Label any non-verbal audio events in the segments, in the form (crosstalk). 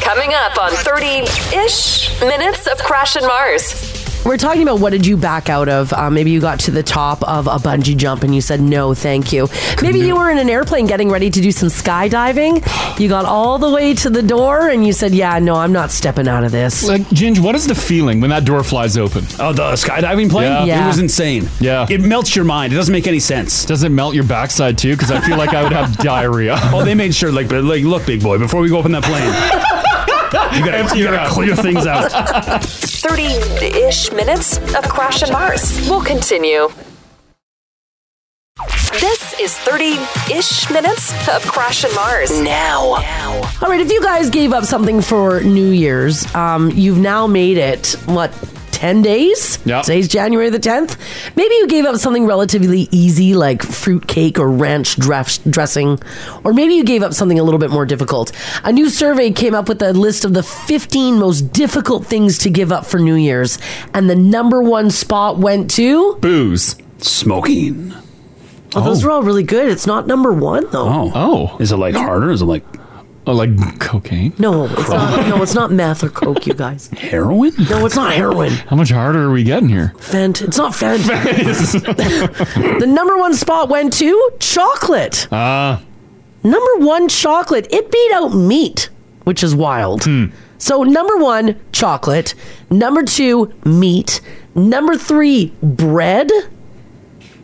Coming up on 30 ish minutes of Crash and Mars. We're talking about what did you back out of? Uh, maybe you got to the top of a bungee jump and you said no, thank you. Maybe you were in an airplane getting ready to do some skydiving. You got all the way to the door and you said, "Yeah, no, I'm not stepping out of this." Like, Ginge, what is the feeling when that door flies open? Oh, the skydiving plane? Yeah. Yeah. It was insane. Yeah. It melts your mind. It doesn't make any sense. Does it melt your backside too? Because I feel like I would have (laughs) diarrhea. (laughs) Oh, they made sure, like, but, like look, big boy, before we go up in that plane, you gotta, you gotta clear things out. 30 ish minutes of Crash and Mars. We'll continue. This is 30 ish minutes of Crash and Mars. Now. All right, if you guys gave up something for New Year's, um, you've now made it what ten days? Yeah. Today's January the tenth. Maybe you gave up something relatively easy like fruitcake or ranch dress- dressing, or maybe you gave up something a little bit more difficult. A new survey came up with a list of the fifteen most difficult things to give up for New Year's, and the number one spot went to. Booze. Smoking. Oh, those were all really good. It's not number one though. Oh. Oh. Is it like harder? Is it like Oh, like cocaine. No, it's not, no, it's not meth or coke, you guys. heroin? No, it's not heroin. How much harder are we getting here? Fent. It's not (laughs) Fent. the number one spot went to chocolate. Ah, Number one, chocolate. It beat out meat, which is wild. Hmm. So, number one, chocolate. Number two, meat. Number three, bread.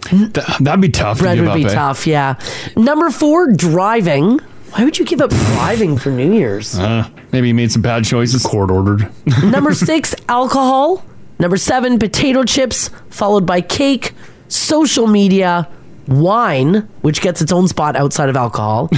th- that'd be tough. Bread to give would up, be eh? tough, yeah. Number four, driving. Why would you give up driving for New Year's? Uh, maybe you made some bad choices. Court ordered. (laughs) Number six, alcohol. Number seven, potato chips, followed by cake, social media, wine, which gets its own spot outside of (laughs) alcohol,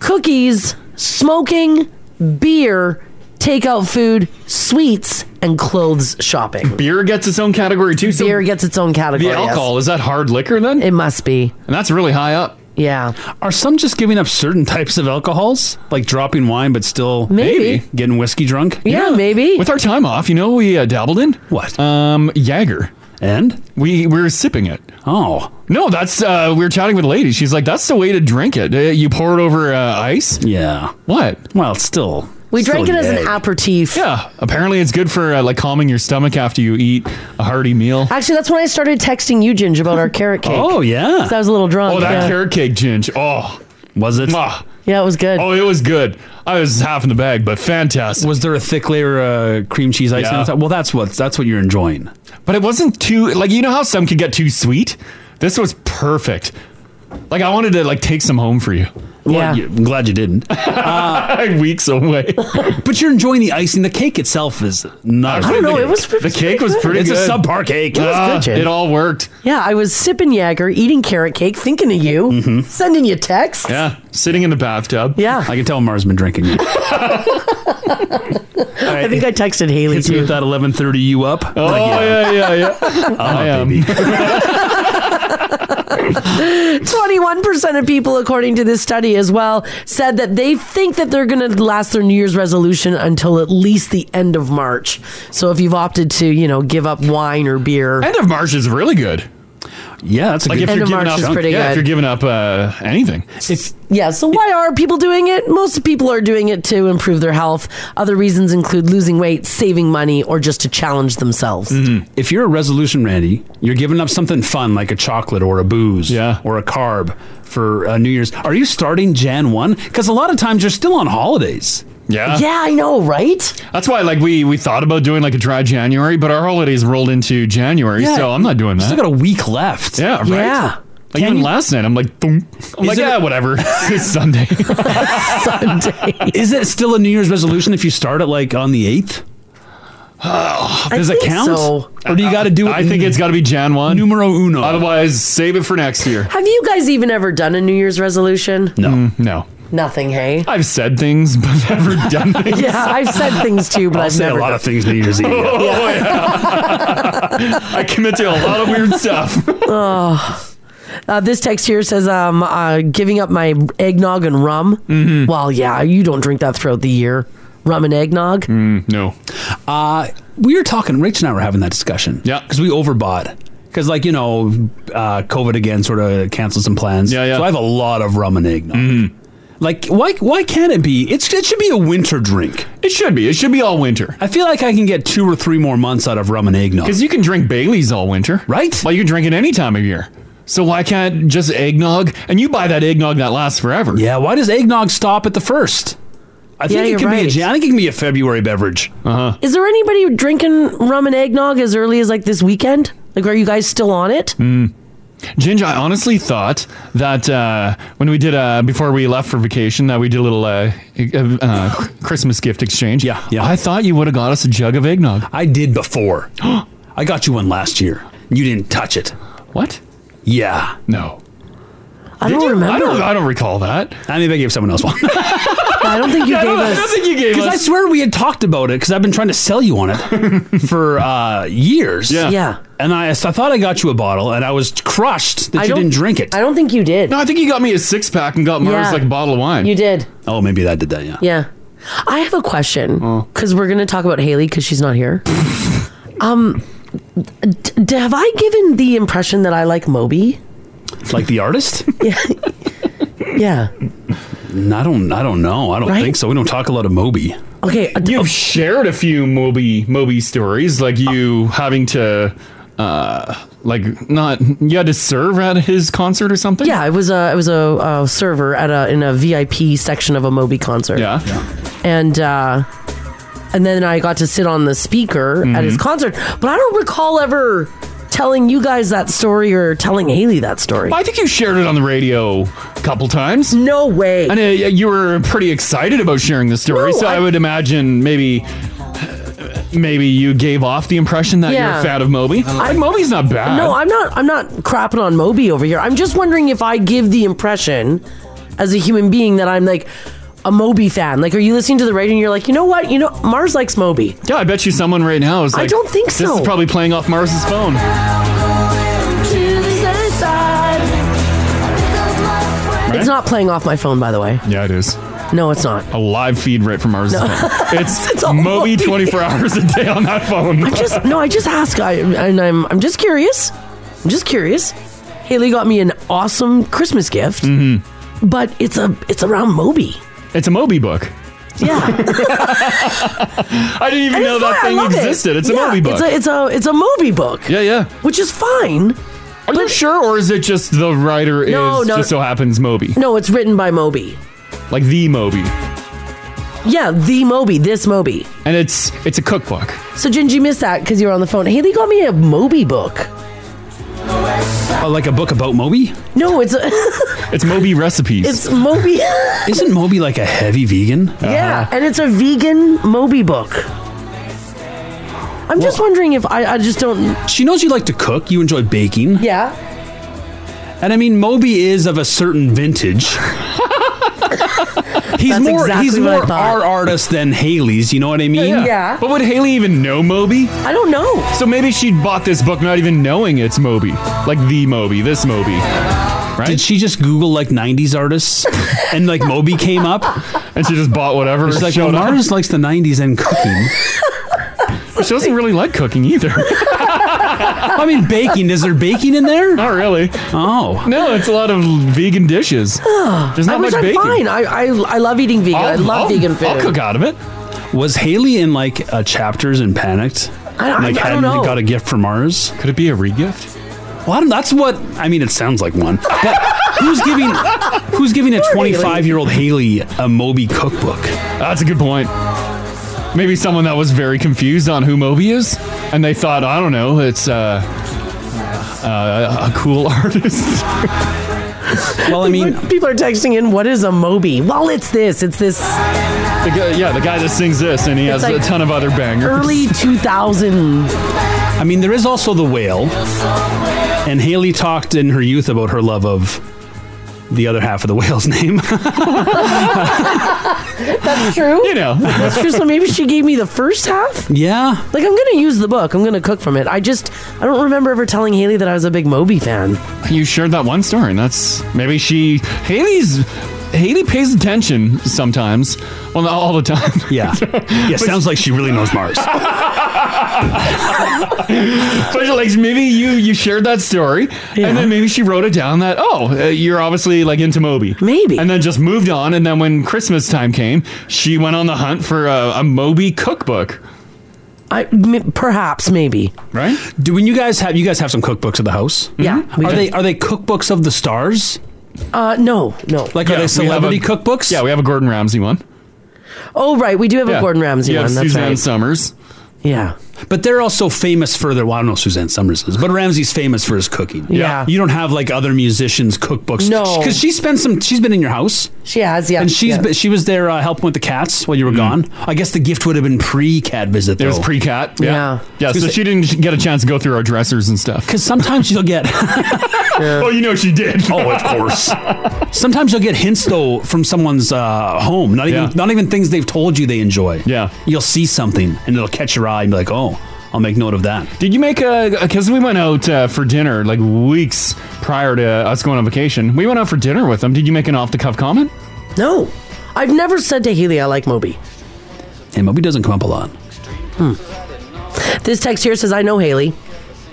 cookies, smoking, beer, takeout food, sweets, and clothes shopping. Beer gets its own category too. So Beer gets its own category. the yes. alcohol is that hard liquor then? It must be. and that's really high up. Yeah. Are some just giving up certain types of alcohols? Like dropping wine, but still Maybe. getting whiskey drunk? Yeah, maybe. With our time off, you know, what we uh, dabbled in What? Um, Jaeger. and? We we were sipping it. Oh. No, that's uh, we were chatting with a lady. She's like, "That's the way to drink it. Uh, you pour it over uh, ice." Yeah. What? Well, it's still. we still drank it as an yay. aperitif. eh? Yeah, apparently it's good for uh, like calming your stomach after you eat a hearty meal. Actually, that's when I started texting you, Ginge, (laughs) about our carrot cake. Oh, yeah. So I was a little drunk. Oh, that yeah. carrot cake, Ginge. Oh, was it? mwah. yeah, it was good. oh, it was good. I was half in the bag, but fantastic. Was there a thick layer of uh, cream cheese icing Yeah. on top? Well, that's what that's what you're enjoying. But it wasn't too like you know how some could get too sweet. This was perfect. Like I wanted to like take some home for you. (laughs) Yeah. Well, you- I'm glad you didn't. Weeks away. but you're enjoying the icing. The cake itself is not. I don't know. It was The cake was pretty It's good. a subpar cake. Ah, good, Jay. it all worked. Yeah, I was sipping Jagger, eating carrot cake, thinking of you, sending you texts. Yeah. Yeah, sitting in the bathtub. I can tell Mars (laughs) been drinking. it. I think I texted Haley (laughs) Hits me too. with that 11:30. You up? Oh yeah, yeah, yeah. I am. Twenty-one percent of people, according to this study as well, said that they think that they're going to last their New Year's resolution until at least the end of March. So if you've opted to, you know, give up wine or beer, End of March is really good. Yeah, that's a Like good. if End you're of giving March up, is pretty yeah, good. if you're giving up uh, anything. if Yeah, so why are people doing it? Most people are doing it to improve their health. Other reasons include losing weight, saving money, or just to challenge themselves. if you're a resolution, Randy, you're giving up something fun like a chocolate or a booze, Yeah. or a carb for uh, New Year's. Are you starting Jan one? Because a lot of times you're still on holidays. Yeah. Yeah, I know, (laughs) right? That's why like we we thought about doing like a dry January, but our holidays rolled into January, Yeah. so I'm not doing You that. still got a week left. yeah, right. Yeah. Like even last night, I'm like, boom. I'm like, it- yeah, whatever. (laughs) it's Sunday. (laughs) Is it still a New Year's resolution if you start it like on the eighth? Does it think count? so. Or do you got to do it? I think it's got to be Jan one. numero uno. Otherwise, save it for next year. Mm, Have you guys even ever done a New Year's resolution? no. No, Nothing, hey? I've said things, (laughs) but never done (laughs) things. Yeah, I've said things too, but I I've say a never. lot of things New Year's Eve. (laughs) yeah. Oh, yeah. I commit to a lot of weird stuff. (laughs) Uh, this text here says, um, uh, giving up my eggnog and rum. Mm-hmm. Well, yeah, you don't drink that throughout the year. Rum and eggnog. Mm. No. Uh, we were talking, Rich and I were having that discussion. Yeah. Because we overbought. Because, like, you know, uh, COVID again sort of canceled some plans. Yeah, yeah. So I have a lot of rum and eggnog. Like why why can't it be? It's it should be a winter drink. It should be. It should be all winter. I feel like I can get two or three more months out of rum and eggnog. Because you can drink Bailey's all winter. Right? Well, you can drink it any time of year. So why can't just eggnog? And you buy that eggnog that lasts forever. Yeah, why does eggnog stop at the first? I think Yeah, it you're can be a right. Jan- I think it can be a February beverage. Uh-huh. Is there anybody drinking rum and eggnog as early as like this weekend? Like, are you guys still on it? Mm. Ginger, I honestly thought that uh, when we did uh, before we left for vacation that we did a little uh, uh, (sighs) uh, Christmas gift exchange. Yeah, yeah. I thought you would have got us a jug of eggnog. I did before. I got you one last year. You didn't touch it. What? Yeah. No. I don't remember. I don't. I don't recall that. I maybe I gave someone else one. (laughs) I don't think you I gave don't- I us. don't think you gave us. I swear we had talked about it because I've been trying to sell you on it for uh, years. Yeah. Yeah. And I, so I thought I got you a bottle, and I was crushed that I you don't- didn't drink it. I don't think you did. No, I think you got me a six pack and got Mars Yeah. like a bottle of wine. You did. Oh, maybe that did that. Yeah. Yeah. I have a question because we're going to talk about Haley because she's not here. um, d- d- have I given the impression that I like Moby? Like the artist? (laughs) yeah. Yeah. I don't. I don't know. I don't think so. We don't talk a lot of Moby. Okay, uh, you've shared a few Moby Moby stories, like you having to, uh, like not you had to serve at his concert or something. Yeah, I was a I was a, uh server at a in a VIP section of a Moby concert. Yeah. and uh, and then I got to sit on the speaker at his Mhm. concert, but I don't recall ever telling you guys that story or telling Haley that story. I think you shared it on the radio a couple times. No way. And uh, you were pretty excited about sharing the story, No, so I, I- would imagine maybe. uh, Maybe you gave off the impression that you're Yeah. a fan of Moby. Like, Moby's not bad. No, I'm not. I'm not crapping on Moby over here. I'm just wondering if I give the impression, as a human being, that I'm like a Moby fan. Like, are you listening to the radio and you're like, you know what? You know, Mars likes Moby. Yeah, I bet you someone right now is I like, don't think This so." is probably playing off Mars's phone. It's not playing off my phone, by the way. Yeah, it is. No, it's not. A live feed right from Mars's (laughs) No. phone. It's, It's all Moby Moby. 24 hours a day on that phone. I just no. I just ask. I and I'm. I'm just curious. I'm just curious. Haley got me an awesome Christmas gift, but it's a. It's around Moby. It's a Moby book. (laughs) I didn't even And know it's that fine, I thing love it. existed. It's a Yeah, Moby book. It's a, it's a it's a Moby book. yeah, yeah. Which is fine. Are you sure, or is it just the writer No, is no. just so happens Moby? No, it's written by Moby. Like the Moby. Yeah, the Moby, this Moby. And it's it's a cookbook. So Gingy missed that because you were on the phone. Haley got me a Moby book. Oh, like a book about Moby? No, it's a, (laughs) It's Moby recipes. it's Moby. (laughs) Uh-huh. Isn't Moby like a heavy vegan? Yeah, and it's a vegan Moby book. I'm just wondering if I, I just don't. Uh-huh. She knows you like to cook. You enjoy baking. Yeah. And I mean, Moby is of a certain vintage. (laughs) he's That's more he's exactly what I more thought. our artist than Haley's. You know what I mean? Yeah. But would Haley even know Moby? I don't know. So maybe she bought this book not even knowing it's Moby. Like the Moby, this Moby. Right? Did she just Google like '90s artists and like Moby (laughs) came up? And she just bought whatever. She's like, showed well, up." Mars likes the '90s and cooking. But she doesn't really like cooking either. (laughs) I mean, baking. Is there baking in there? Not really. Oh. No, it's a lot of vegan dishes. There's I not wish much I'm bacon. fine. I, I I love eating vegan. i love I'll- vegan food. I'll cook out of it. Was Haley in like uh, chapters and panicked? I don't- like I don't hadn't know. got a gift from Mars. Could it be a regift? Well, I don't- that's what I mean. It sounds like one. But who's giving who's giving a Haley. 25 year old Haley a Moby cookbook? Ah, That's a good point. Maybe someone that was very confused on who Moby is, and they thought, I don't know, it's uh, uh, a cool (laughs) artist. Well, I mean, People are texting in. What is a Moby? Well, it's this. It's (laughs) this the guy, yeah, the guy that sings this, and he It's has like a ton of other bangers. early 2000. I mean, there is also the whale, and Haley talked in her youth about her love of the other half of the whale's (laughs) name. That's true. (laughs) you know, (laughs) (laughs) That's true. So maybe she gave me the first half. yeah, Like I'm gonna use the book. I'm gonna cook from it. I just I don't remember ever telling Haley that I was a big Moby fan. you shared that one story, and that's maybe she Haley's Haley pays attention sometimes. Well, not all the time. (laughs) Yeah. Yeah, sounds like she really knows Mars. but like maybe you you shared that story, and then maybe she wrote it down that oh uh, you're obviously like into Moby, maybe, and then just moved on. And then when Christmas time came, she went on the hunt for a, a Moby cookbook. I m- perhaps maybe right. Do when you guys have you guys have some cookbooks at the house? Mm-hmm. Yeah, we Are do. they are they cookbooks of the stars? Uh, no, no. Like are they celebrity cookbooks? Yeah, we have a Gordon Ramsay one. Oh right, we do have Yeah. a Gordon Ramsay You have one. That's Suzanne right. Summers. Yeah. But they're also famous for their. Well, I don't know Suzanne Summers is, but Ramsey's famous for his cooking. Yeah. You don't have like other musicians' cookbooks. No. Because she spent some. She's been in your house. She has, yeah. And she's yeah. been- she was there uh, helping with the cats while you were gone. I guess the gift would have been Mm-hmm. pre cat visit. Though. It was pre-cat. Yeah, yeah. so Because- she didn't get a chance to go through our dressers and stuff. Because sometimes you'll get. (laughs) Oh, you know she did. oh, of course. Sometimes you'll get hints though from someone's uh, home. Not even not even things they've told you they enjoy. Yeah. You'll see something and it'll catch your eye and be like, oh, I'll make note of that. Did you make a? Because we went out uh, for dinner like weeks prior to us going on vacation. We went out for dinner with them. Did you make an off-the-cuff comment? No, I've never said to Haley I like Moby. And Moby doesn't come up a lot. This text here says I know Haley.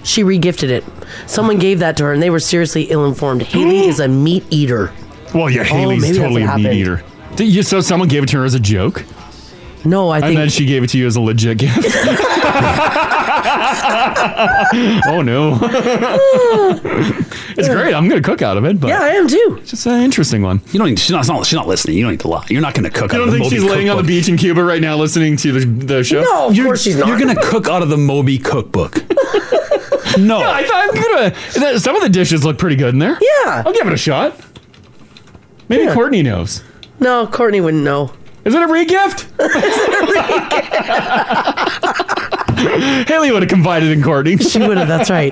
She regifted it. Someone gave that to her, and they were seriously ill-informed. Haley is a meat eater. Well, yeah, Oh, Haley's maybe that's totally what a meat happened. eater. Did you, so someone gave it to her as a joke. No, I and think- then she gave it to you as a (laughs) legit gift. (laughs) oh no, it's great. I'm gonna cook out of it. But yeah, I am too. It's just an interesting one. You don't. Need, she's not. She's not, she's not listening. You don't need to lie. You're not going to cook. You out don't of think the she's Moby laying on the cookbook. beach in Cuba right now listening to the, the show? No, of course she's not. You're going to cook out of the Moby cookbook. (laughs) no. I thought I'm gonna. that- Some of the dishes look pretty good in there. Yeah. I'll give it a shot. Maybe Courtney knows. No, Courtney wouldn't know. Is it a (laughs) regift? (laughs) Haley would have confided in (laughs) Courtney. She would have. That's right.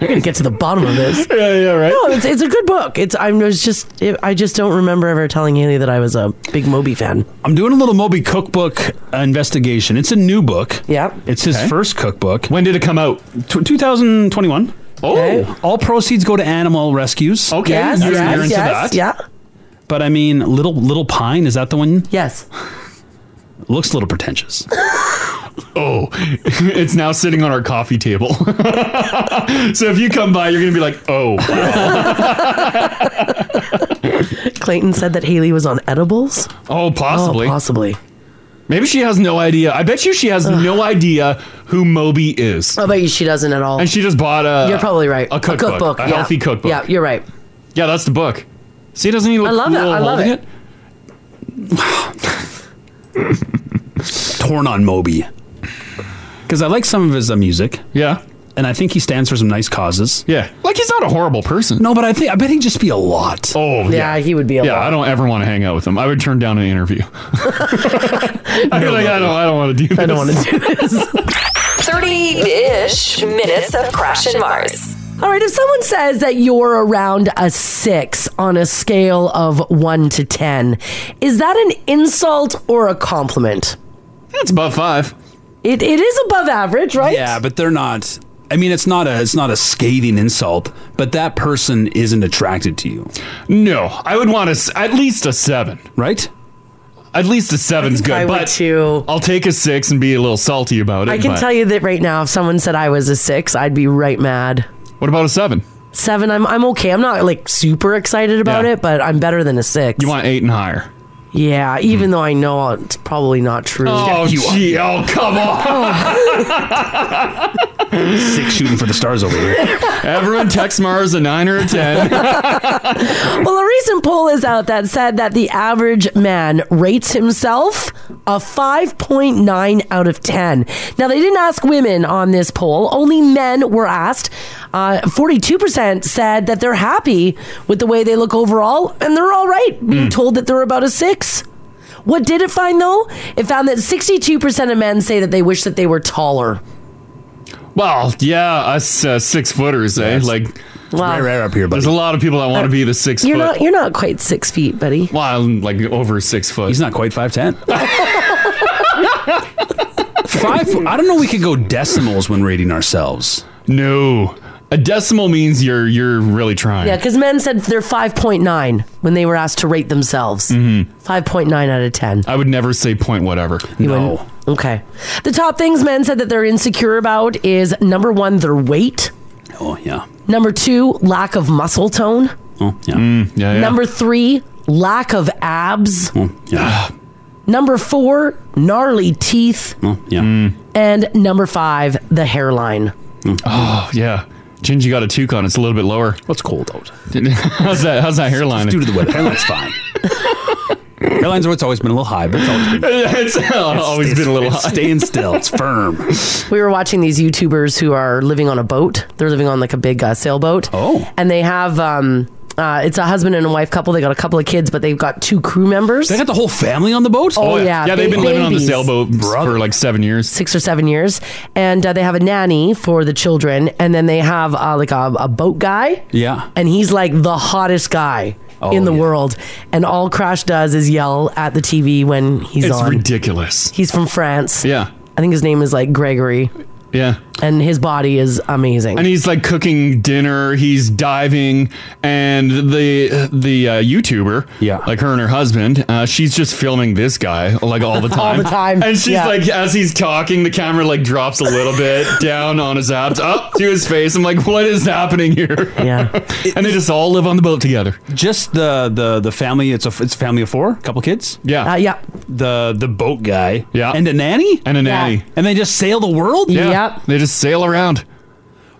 We're gonna get to the bottom of this. (laughs) Yeah, yeah, right. No, it's, it's a good book. It's I'm it's just it, I just don't remember ever telling Haley that I was a big Moby fan. I'm doing a little Moby cookbook uh, investigation. It's a new book. Yeah. It's his Okay. first cookbook. When did it come out? 2021. Oh. All proceeds go to animal rescues. Okay. Yes, you're, yes, you're into yes, that. Yeah. But I mean, little little pine is that the one? Yes. Looks a little pretentious. Oh, (laughs) it's now sitting on our coffee table. (laughs) so if you come by, you're gonna be like, oh, Clayton said that Haley was on edibles. oh, possibly, possibly. Maybe she has no idea. I bet you she has no idea who Moby is. I bet you she doesn't at all. And she just bought a. You're probably right. A cookbook. A, yeah. healthy cookbook. Yeah, you're right. Yeah, that's the book. See, doesn't he look I love cool it. I love holding it. Torn on Moby. Because I like some of his uh, music. Yeah. And I think he stands for some nice causes. Yeah. Like he's not a horrible person. No, but I think I bet he'd just be a lot. Oh, yeah. Yeah, he would be a yeah, lot. I don't ever want to hang out with him. I would turn down an interview. (laughs) I'd be like, I don't, I don't want to do this. I (laughs) don't want to do this. 30-ish minutes of Crash and Mars. All right, if someone says that you're around a six on a scale of one to 10, is that an insult or a compliment? That's above five. It, it is above average, right? Yeah, but they're not. I mean, it's not a it's not a scathing insult, but that person isn't attracted to you, No, I would want a, s- at least a seven. right? At least a seven's good, I would but too. I'll take a six and be a little salty about it. I can but- tell you that right now, if someone said I was a six, I'd be right mad. What about a seven? Seven, I'm, I'm okay. I'm not like super excited about Yeah. it, but I'm better than a six. You want eight and higher. yeah, even though I know it's probably not true. Oh, you are. gee, oh, come (laughs) on. Six shooting for the stars over (laughs) here. Everyone text Mars a nine or a ten. (laughs) Well, a recent poll is out that said that the average man rates himself a 5.9 out of 10. Now, they didn't ask women on this poll, only men were asked. Uh, 42% said that they're happy with the way they look overall, and they're all right being told that they're about a six. What did it find, though? It found that 62% of men say that they wish that they were taller. well, yeah, us uh, six footers, eh? Like, Wow. Right up here, there's buddy. a lot of people that want to be the 6 You're foot. not, you're not quite six feet, buddy. well, I'm like over six foot. (laughs) He's not quite five ten. Five. I don't know. We could go decimals when rating ourselves. No. A decimal means you're you're really trying. Yeah, because men said they're 5.9 when they were asked to rate themselves. 5.9 out of 10. I would never say point whatever. Oh. no. Okay. The top things men said that they're insecure about is number one, their weight. Oh, yeah. Number two, lack of muscle tone. Oh, yeah. yeah, Number three, lack of abs. Ah. Number four, gnarly teeth. Hmm. yeah. And number five, the hairline. Oh yeah. Gingy got a toque on. It's a little bit lower. (laughs) What's cold out? how's that? How's that hairline? due to the weather. Hairline's fine. (laughs) Airlines, it's always been a little high, but it's always been. (laughs) It's always stays- been a little it's high. Staying still, (laughs) it's firm. We were watching these YouTubers who are living on a boat. They're living on like a big uh, sailboat. Oh. And they have, um, uh, it's a husband and a wife couple. They got a couple of kids, but they've got two crew members. They got the whole family on the boat. Oh, yeah. Yeah, they've Ba- been living on the babies. sailboat for like seven years. six or seven years, and uh, they have a nanny for the children, and then they have uh, like a, a boat guy, Yeah. and he's like the hottest guy in the world, and all Crash does is yell at the TV when he's It's on. ridiculous. He's from France. Yeah, I think his name is like Gregory, yeah. and his body is amazing. And he's like cooking dinner. He's diving, and the the uh, YouTuber, yeah, like her and her husband, uh, she's just filming this guy like all the (laughs) time, All the time, And she's yeah. like, as he's talking, the camera like drops a (laughs) little bit down on his abs, up to his face. I'm like, what is happening here? Yeah, and they just all live on the boat together. Just the the the family. It's a it's a family of four, couple kids. Yeah, Uh, yeah. The the boat guy. Yeah. and a nanny. And a Yeah. nanny. And they just sail the world. Yeah. Yep. They just sail around.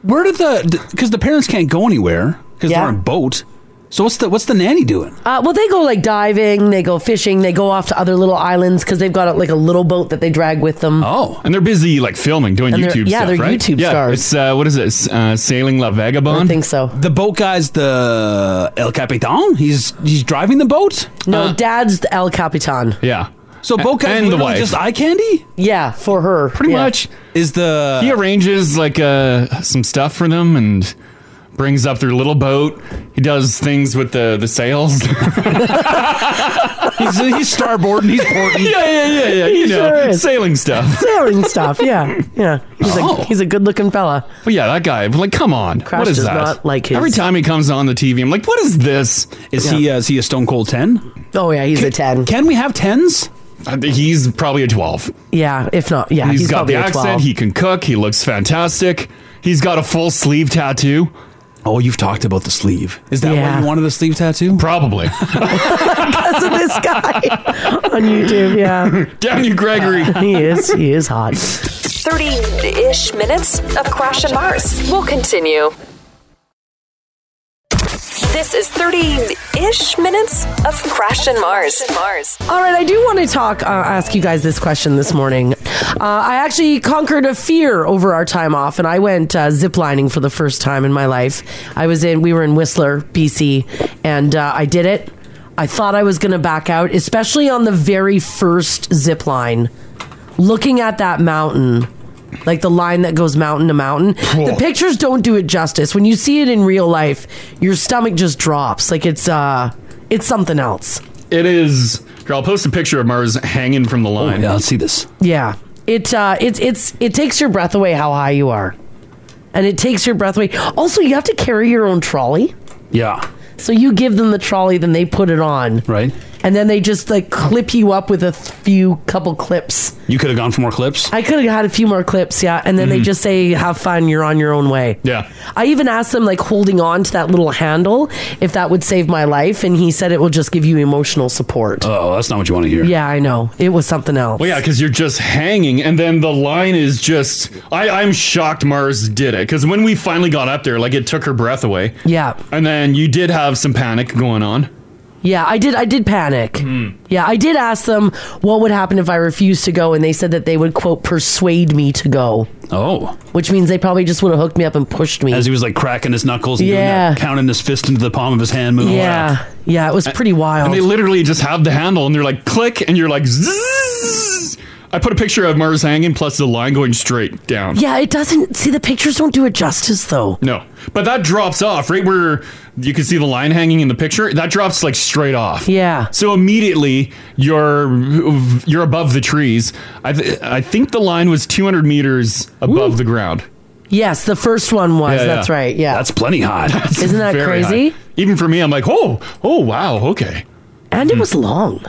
Where did the because the parents can't go anywhere because Yeah. they're on a boat. So what's the what's the nanny doing? Uh, well, they go like diving, they go fishing, they go off to other little islands because they've got like a little boat that they drag with them. Oh, And they're busy like filming, doing And they're- YouTube yeah, stuff, they're right? YouTube yeah, stars. It's uh, what is it? S- Uh, Sailing La I Vagabond. think so. the boat guy's the El Capitan. He's he's driving the boat. No, Uh, Dad's the El Capitan. Yeah. So A- boat guy's and the literally wife. just eye candy. Yeah, for her. Pretty Yeah. much, Is the he arranges like uh, some stuff for them and brings up their little boat. He does things with the the sails. (laughs) (laughs) (laughs) he's, he's starboard and he's porting. yeah, yeah, yeah, yeah. You know, sure is. sailing stuff. Daring stuff. Yeah, yeah. He's Oh. a he's a good looking fella. But yeah, that guy. Like, come on. Crash what is does that? not like his- Every time he comes on the TV, I'm like, what is this? Is he uh, is he a Stone Cold ten? Oh yeah, he's a ten. Can we have tens? I think uh, He's probably a 12. yeah, if not, yeah, he's he's got probably the a twelve. accent. He can cook. He looks fantastic. He's got a full sleeve tattoo. Oh, you've talked about the sleeve. Is that Yeah. why you wanted the sleeve tattoo? (laughs) Probably. That's (laughs) this guy on YouTube. Yeah, Down (laughs) you, Gregory. he is. He is hot. 30 ish minutes of Crash and Mars. We'll continue. This is 30 ish minutes of Crash and Mars. Mars. All right, I do want to talk. Uh, ask you guys this question this morning. Uh, I actually conquered a fear over our time off, and I went uh, ziplining for the first time in my life. I was in. We were in Whistler, BC, and uh, I did it. I thought I was going to back out, especially on the very first zip line. Looking at that mountain, like the line that goes mountain to mountain, the pictures don't do it justice. When you see it in real life, your stomach just drops. Like it's uh, it's something else. It is. Here, I'll post a picture of Mars hanging from the line. Oh, Yeah, let's see this. Yeah. It uh it's it's it takes your breath away how high you are. And it takes your breath away. Also, you have to carry your own trolley. Yeah, So you give them the trolley, then they put it on. right. And then they just like clip you up with a few couple clips. You could have gone for more clips. I could have had a few more clips, yeah. And then they just say, have fun, you're on your own way. Yeah. I even asked them, like, holding on to that little handle, if that would save my life. And he said it will just give you emotional support. Oh, that's not what you want to hear. yeah, I know. It was something else. Well, yeah, because you're just hanging, and then the line is just. I, I'm shocked Mars did it because when we finally got up there, like it took her breath away. Yeah. And then you did have some panic going on. Yeah, I did. I did panic. Mm-hmm. Yeah, I did ask them what would happen if I refused to go, and they said that they would quote persuade me to go, Oh, which means they probably just would have hooked me up and pushed me. as he was like cracking his knuckles, and Yeah. doing that, counting his fist into the palm of his hand. Move yeah, yeah, it was pretty wild. And they literally just have the handle, and they're like click, and you're like. Zzzz. I put a picture of Mars hanging, plus the line going straight down. yeah, it doesn't. See, the pictures don't do it justice, though. No, but that drops off right where you can see the line hanging in the picture. That drops like straight off. Yeah. So immediately you're you're above the trees. I th- I think the line was 200 meters above the ground. Yes, the first one was. Yeah, that's yeah. right. Yeah. That's plenty hot. Isn't that Very crazy? hot. Even for me, I'm like, oh, oh, wow, okay. And hmm. it was long.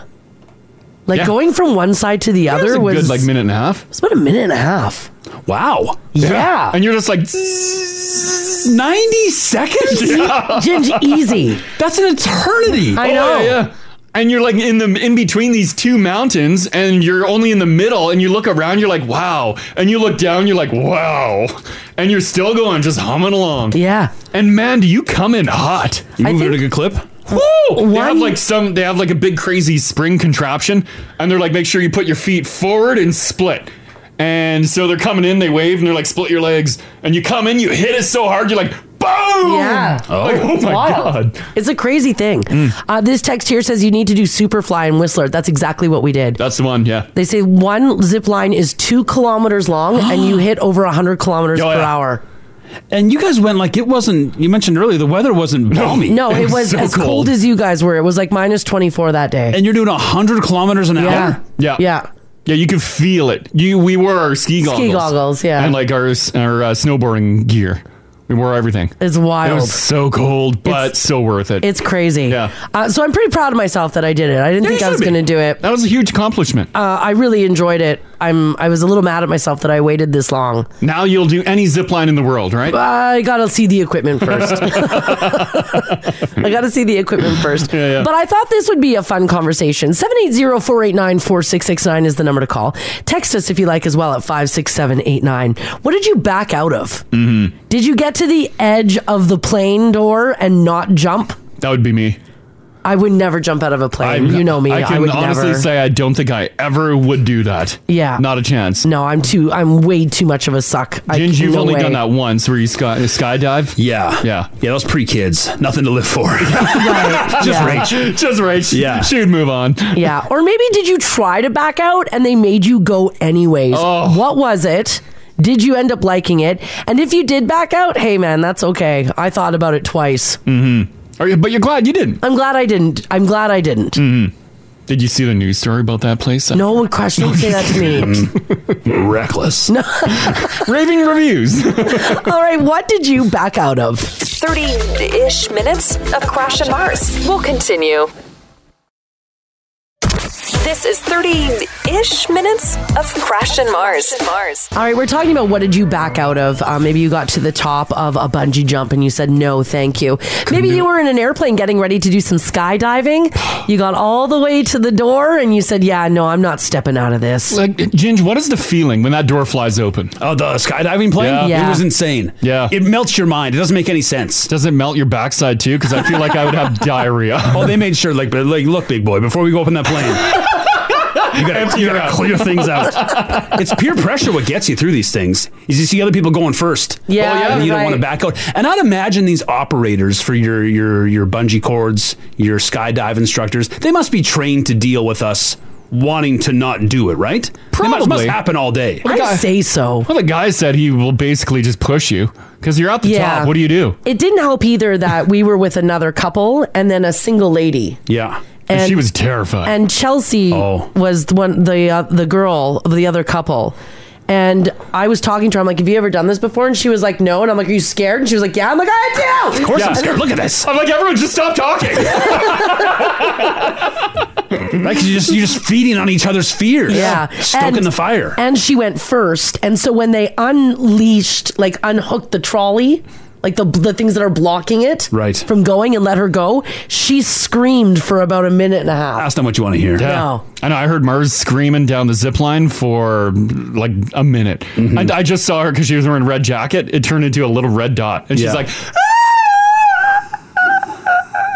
Like going from one side to the other it was was, a good like minute and a half. It's about a minute and a (laughs) half. (laughs) Wow. Yeah. And you're just like (laughs) 90 seconds? Ginge, easy. That's an eternity. I know. Oh, And you're like in the in between these two mountains, and you're only in the middle, and you look around, you're like, wow. And you look down, you're like, wow. And you're still going, just humming along. Yeah. And man, do you come in hot. You moving at a good clip? Woo! They have like some they have like a big crazy spring contraption and they're like make sure you put your feet forward and split. And so they're coming in, they wave and they're like split your legs and you come in, you hit it so hard you're like boom. Yeah. Like, oh It's my wild. god. It's a crazy thing. Mm. Uh, this text here says you need to do Superfly and Whistler. That's exactly what we did. That's the one, yeah. They say one zip line is two kilometers long and (gasps) you hit over 100 kilometers per hour. And you guys went like it wasn't. You mentioned earlier the weather wasn't balmy. No, it was as cold. as you guys were. It was like minus 24 that day. And you're doing hundred kilometers an Yeah. hour. Yeah. Yeah. Yeah, you could feel it. You we wore our ski goggles. goggles, yeah. And like our s- our uh, snowboarding gear. We wore everything. It's wild. It was so cold, but so worth it. It's crazy. Yeah. Uh, so I'm pretty proud of myself that I did it. I didn't Yeah, think you I was should be. going to do it. That was a huge accomplishment. Uh, I really enjoyed it. I'm. I was a little mad at myself that I waited this long. Now you'll do any zip line in the world, right? I gotta see the equipment first. (laughs) (laughs) I gotta see the equipment first. yeah. But I thought this would be a fun conversation. 780-489-4669 is the number to call. Text us if you like as well at 56789. What did you back out of? Mm-hmm. Did you get to the edge of the plane door and not jump? That would be me. I would never jump out of a plane. you know me. I, I can would honestly never. say I don't think I ever would do that. Yeah. Not a chance. no, I'm too. I'm way too much of a suck. I- Ginge, you've no only way. done that once where you sky, skydive. Yeah. Yeah. Yeah. That was pre kids. Nothing to (laughs) live for. Just Yeah. rage. (laughs) Just right. Yeah. She would move on. Yeah. Or maybe did you try to back out and they made you go anyways? What was it? Did you end up liking it? And if you did back out, hey man, that's okay. I thought about it twice. Are you, but you're glad you didn't. I'm glad I didn't. I'm glad I didn't. Did you see the news story about that place? No, Crush, don't say that to me. Reckless. No. (laughs) Raving (laughs) reviews. All right, what did you back out of? 30 ish minutes of Crash and Mars. We'll continue. This is 30 ish minutes of Crash and Mars. Mars. All right, we're talking about what did you back out of? Uh, maybe you got to the top of a bungee jump and you said no, thank you. Maybe you were in an airplane getting ready to do some skydiving. You got all the way to the door and you said, "Yeah, no, I'm not stepping out of this." like, Ginge, what is the feeling when that door flies open? Oh, the skydiving plane. Yeah. Yeah. It was insane. Yeah. It melts your mind. It doesn't make any sense. Does it melt your backside too? Because I feel like I (laughs) would have diarrhea. (laughs) Oh, they made sure, like, but like, look, big boy, before we go up in that plane, you gotta, you gotta clear things out. It's peer pressure what gets you through these things. Is you see other people going first. Yeah, Oh, yeah. and you don't right. want to back out. And I'd imagine these operators for your your your bungee cords, your skydive instructors, they must be trained to deal with us wanting to not do it, right? They must, must Probably. happen all day. I guy- say so. Well, the guy said he will basically just push you because you're at the Yeah. top. What do you do? It didn't help either that we were with another couple and then a single lady. Yeah. And, she was terrified. and Chelsea Oh. was the one the uh, the girl of the other couple. And I was talking to her. I'm like, "Have you ever done this before?" And she was like, "No." And I'm like, "Are you scared?" And she was like, "Yeah." I'm like, "I do." Of course Yeah. I'm scared. Look (laughs) at this. I'm like, everyone, just stop talking. (laughs) Right? 'Cause you just you're just feeding on each other's fears. Yeah. Stoking And- the fire. And she went first. And so when they unleashed, like unhooked the trolley, like the the things that are blocking it Right. from going and let her go, she screamed for about a minute and a half. That's not what you want to hear. Yeah. No. I know. I heard Mars screaming down the zip line for like a minute. And I just saw her because she was wearing a red jacket. It turned into a little red dot. And Yeah. she's like, I'm "Ah!"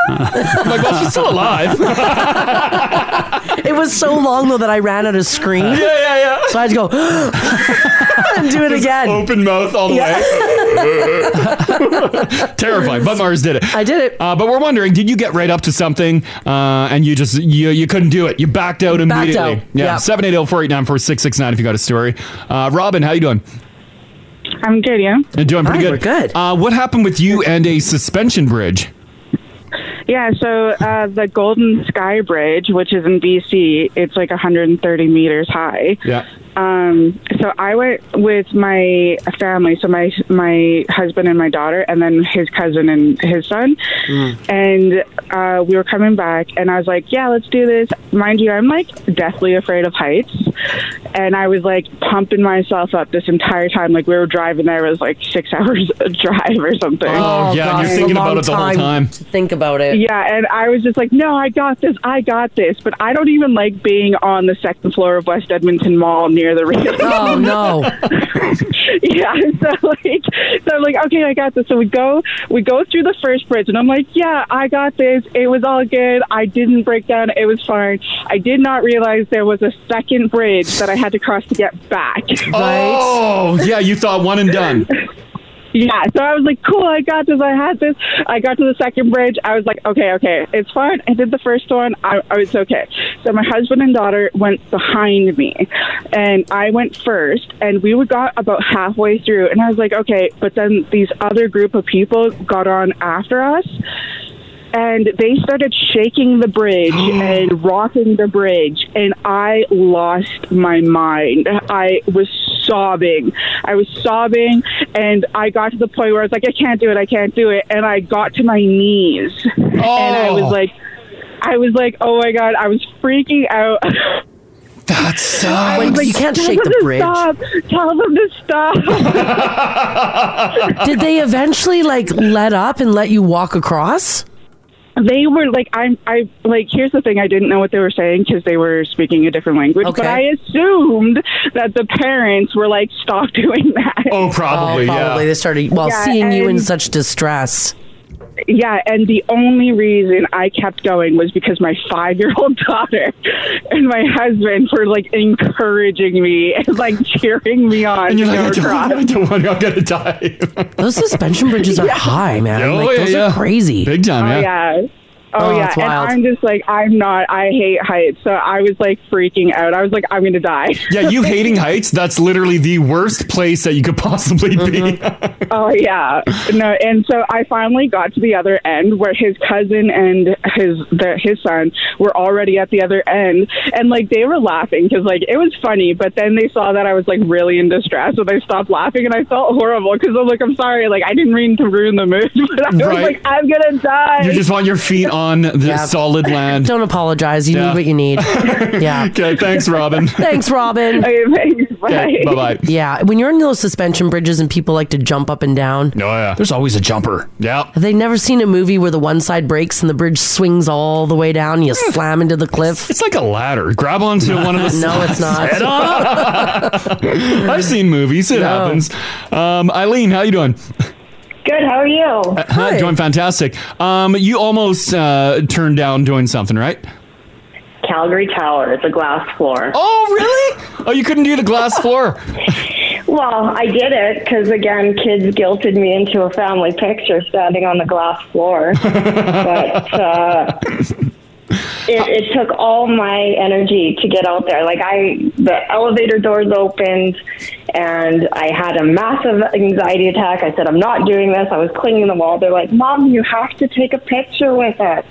(laughs) like, well, she's still alive. yeah, It was so long though that I ran out of scream. yeah, So I had to go (gasps) and do it yeah. again. Open mouth all the way. (laughs) Terrifying. But Mars did it. I did it. Uh, but we're wondering, did you get right up to something uh, and you just you you couldn't do it? You backed out immediately. out. Yeah, Yeah. seven eight zero four eight nine four six six nine. If you got a story, uh, Robin, how you doing? I'm good, yeah. You're doing pretty Hi, good. we're good. Uh, what happened with you and a suspension bridge? Yeah, so uh, the Golden Sky Bridge, which is in BC, it's like 130 meters high. Yeah. Um, so I went with my family, so my my husband and my daughter, and then his cousin and his son. And uh, we were coming back, and I was like, "Yeah, let's do this." Mind you, I'm like deathly afraid of heights, and I was like pumping myself up this entire time. Like we were driving there, it was like six (laughs) hours drive or something. God, Oh, it's a long To think about it. Yeah, and I was just like, no, I got this, I got this. But I don't even like being on the second floor of West Edmonton Mall near the rail. Oh (laughs) no. (laughs) yeah, so like, so I'm like, okay, I got this. So we go, we go through the first bridge, and I'm like, yeah, I got this. It was all good. I didn't break down. It was fine. I did not realize there was a second bridge that I had to cross to get back. Oh, yeah, you thought one and done. Yeah, so I was like, cool, I got this, I had this. I got to the second bridge. I was like, okay, okay, it's fine. I did the first one, I, I was okay. So my husband and daughter went behind me, and I went first, and we would got about halfway through, and I was like, okay, but then these other group of people got on after us. And they started shaking (gasps) the bridge and rocking the bridge, and I lost my mind. I was sobbing. I was sobbing, and I got to the point where I was like, I can't do it, I can't do it. And I got to my knees, and I Oh. was like, I was like, oh my god, I was freaking out. That I sucks. was like, you can't tell shake them the to bridge. Stop. Tell them to stop. Did they eventually like let up and let you walk across? they were like, I'm, I like. Here's the thing: I didn't know what they were saying because they were speaking a different language. But Okay. I assumed that the parents were like, stop (laughs) doing that. Oh, probably, oh, probably. yeah. They started well Yeah, seeing you in and- such distress. Yeah, and the only reason I kept going was because my five year old (laughs) daughter and my husband were like encouraging me and like cheering me on. And you're to like, I go don't, across. I don't want to, I'm going (laughs) to die. Those suspension (laughs) bridges are high, man. Oh, like, yeah, those yeah. are crazy. Big time, Oh, yeah. yeah. Oh, Oh, yeah. it's And wild. I'm just like, I'm not, I hate heights. So I was like freaking out. I was like, I'm going to die. Yeah, you hating heights, that's literally the worst place that you could possibly be. Mm-hmm. Oh yeah, no, and so I finally got to the other end where his cousin and his the, his son were already at the other end, and like they were laughing because like it was funny, but then they saw that I was like really in distress, so they stopped laughing, and I felt horrible because I'm like I'm sorry, like I didn't mean to ruin the mood, (laughs) but I Right. was like I'm gonna die. (laughs) you just want your feet on the Yeah. (laughs) solid land. Don't apologize. You need Yeah. what you (laughs) need. yeah. Okay, (laughs) thanks, Robin. Thanks, Robin. Okay, thanks, bye. Okay, bye (laughs) bye. Yeah, when you're in those suspension bridges and people like to jump up and down, No, yeah. There's always a jumper. Yeah. have they never seen a movie where the one side breaks and the bridge swings all the way down? You slam into the cliff. Hmm. It's like a ladder. Grab onto one of the (laughs) No, it's not. (laughs) I've seen movies. It happens. Um, Eileen, how you doing? Good. How are you? Hi. Doing fantastic. Um, you almost uh, turned down doing something, right? Calgary Tower. It's a glass floor. Oh, really? Oh, you couldn't do the glass (laughs) floor. Well, I did it because again, kids guilted me into a family picture standing on the glass floor. but uh, it, it took all my energy to get out there. Like I, the elevator doors opened, and I had a massive anxiety attack. I said, "I'm not doing this." I was clinging to the wall. They're like, "Mom, you have to take a picture with it."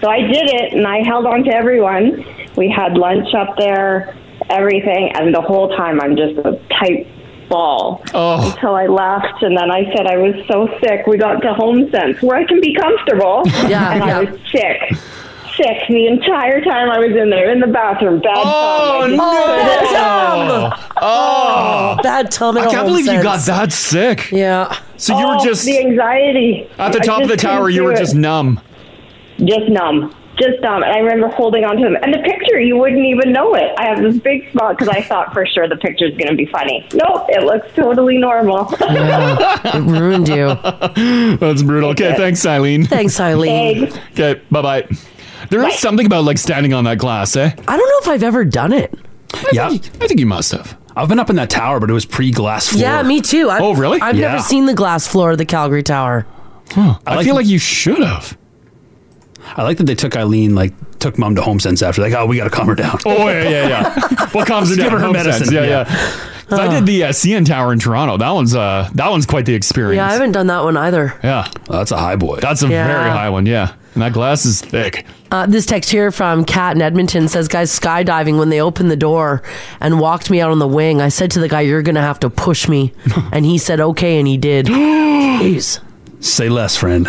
So I did it, and I held on to everyone. We had lunch up there, everything, and the whole time I'm just a tight ball Oh, until I left, and then I said I was so sick. We got to home sense where I can be comfortable, Yeah, and yeah. I was sick, sick the entire time I was in there in the bathroom. Bad oh time. no! Oh, Oh, Bad tummy. I can't believe you got that sick. Yeah. So you were Oh, just the anxiety at the I top of just the tower. couldn't You do were it. just numb. just numb. Just numb, and I remember holding on to him. And the picture, you wouldn't even know it. I have this big spot because I thought for sure the picture's going to be funny. Nope, it looks totally normal. (laughs) It ruined (laughs) you. That's brutal. Okay, thanks, Eileen. Thanks, Eileen. Thanks. Okay, bye bye. There is something about like standing on that glass, eh? I don't know if I've ever done it. Yeah. I think you must have. I've been up in that tower, but it was pre glass floor. Yeah, me too. I've, Oh, really? I've Yeah. never seen the glass floor of the Calgary Tower. I, like- feel like you should have. I like that they took Eileen, like, took mom to home sense after. Like, oh, we got to calm her down. Oh yeah, yeah, (laughs) yeah. What comes Just down, give her her home medicine, sense. Yeah, yeah. yeah. 'Cause I did the uh, CN Tower in Toronto. That one's uh, that one's quite the experience. Yeah, I haven't done that one either. Yeah, Well, that's a high boy. that's a Yeah. very high one. Yeah, and that glass is thick. Uh, this text here from Kat in Edmonton says, "Guys, skydiving when they opened the door and walked me out on the wing. I said to the guy, "You're gonna have to push (laughs) me," and he said, "Okay," and he (gasps) did. Jeez. Say less, friend. (laughs)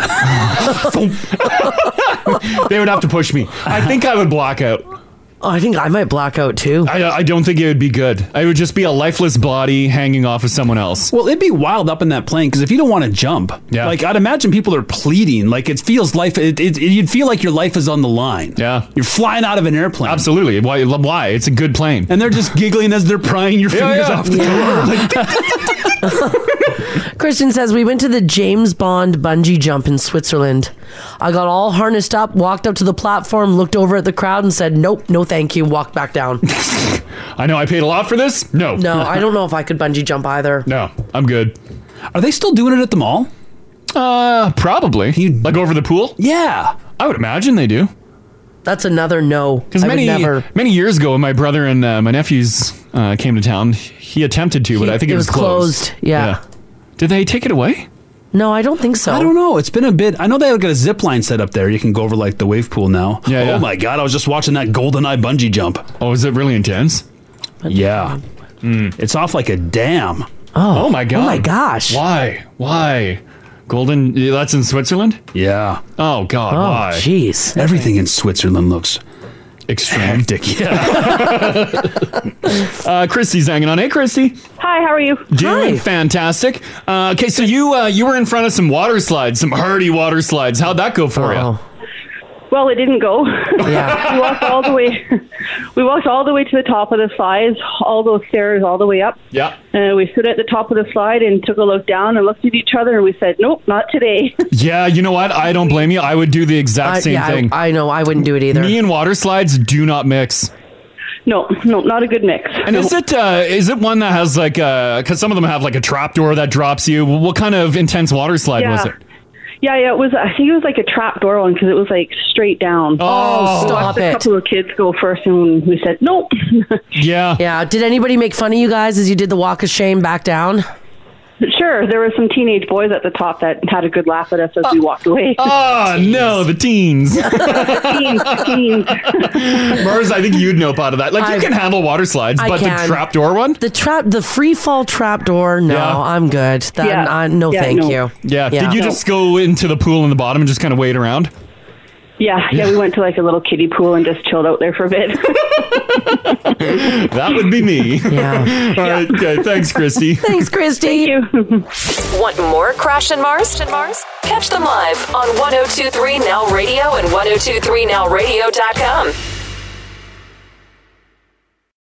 they would have to push me. I think I would block out. Oh, I think I might block out too. I, I don't think it would be good. I would just be a lifeless body hanging off of someone else. Well, it'd be wild up in that plane because if you don't want to jump, yeah. like I'd imagine people are pleading. Like it feels life. It, it, you'd feel like your life is on the line. Yeah, you're flying out of an airplane. Absolutely. Why? Why? It's a good plane. And they're just giggling as they're prying your Yeah, fingers yeah. off the door. Like, Christian says we went to the James Bond bungee jump in Switzerland. I got all harnessed up, walked up to the platform, looked over at the crowd, and said, "Nope, no, thank you," and walked back down. I know I paid a lot for this. No. (laughs) No, I don't know if I could bungee jump either. No, I'm good. Are they still doing it at the mall? Uh, probably. like over the pool? Yeah. I would imagine they do. That's another no. Because I would many never. many years ago, when my brother and uh, my nephews uh, came to town, he attempted to, but I think it, it was, was closed. closed, yeah. Did they take it away? No, I don't think so. I don't know. It's been a bit. I know they got a zip line set up there. You can go over like the wave pool now. Yeah, Oh yeah. my god! I was just watching that golden eye bungee jump. Oh, is it really intense? Yeah. Hmm. It's off like a dam. Oh, my god! Oh my gosh. Why? Why? Golden? yeah, That's in Switzerland. Yeah. Oh god! why? Oh, jeez. Everything in Switzerland looks Extreme. hectic. Yeah. Uh, Christy's hanging on. Hey, Christy. Hi, how are you? Doing Hi. fantastic. Uh, okay, so you uh, you were in front of some water slides, some hardy water slides. How'd that go for you? Oh, Well, it didn't go. yeah. (laughs) we walked all the way. We walked all the way to the top of the slides, all those stairs, all the way up. Yeah. And Uh, we stood at the top of the slide and took a look down and looked at each other and we said, "Nope, not today." (laughs) Yeah, you know what? I don't blame you. I would do the exact I, same Uh, yeah, I- thing. I, know. I wouldn't do it either. Me and water slides do not mix. no, no, not a good mix. And is it uh, is it one that has like uh because some of them have like a trap door that drops you? What kind of intense water slide was Yeah. it? Yeah, yeah, it was. I think it was like a trap door one because it was like straight down. oh, stop a it. couple of kids go first, and we said, "Nope." (laughs) Yeah. Yeah. Did anybody make fun of you guys as you did the walk of shame back down? sure, there were some teenage boys at the top that had a good laugh at us as we walked away. Oh no, (laughs) the teens. (laughs) teens, teens. Mars, I think you'd know part of that. Like you I- can handle water slides, I but the can. trap door one? The trap, the free fall trap door. No, Yeah. I'm good. That, Yeah. I, no, Yeah, thank no. you. Yeah. Did you just go into the pool in the bottom and just kind of wait around? Yeah, yeah, we went to like a little kiddie pool and just chilled out there for a bit. (laughs) That would be me. Yeah. (laughs) All right. Okay. Thanks, Christy. Thanks, Christy. Want more Crash and Mars? And Mars? oh Catch them live on 1023 Now Radio and 1023nowradio.com.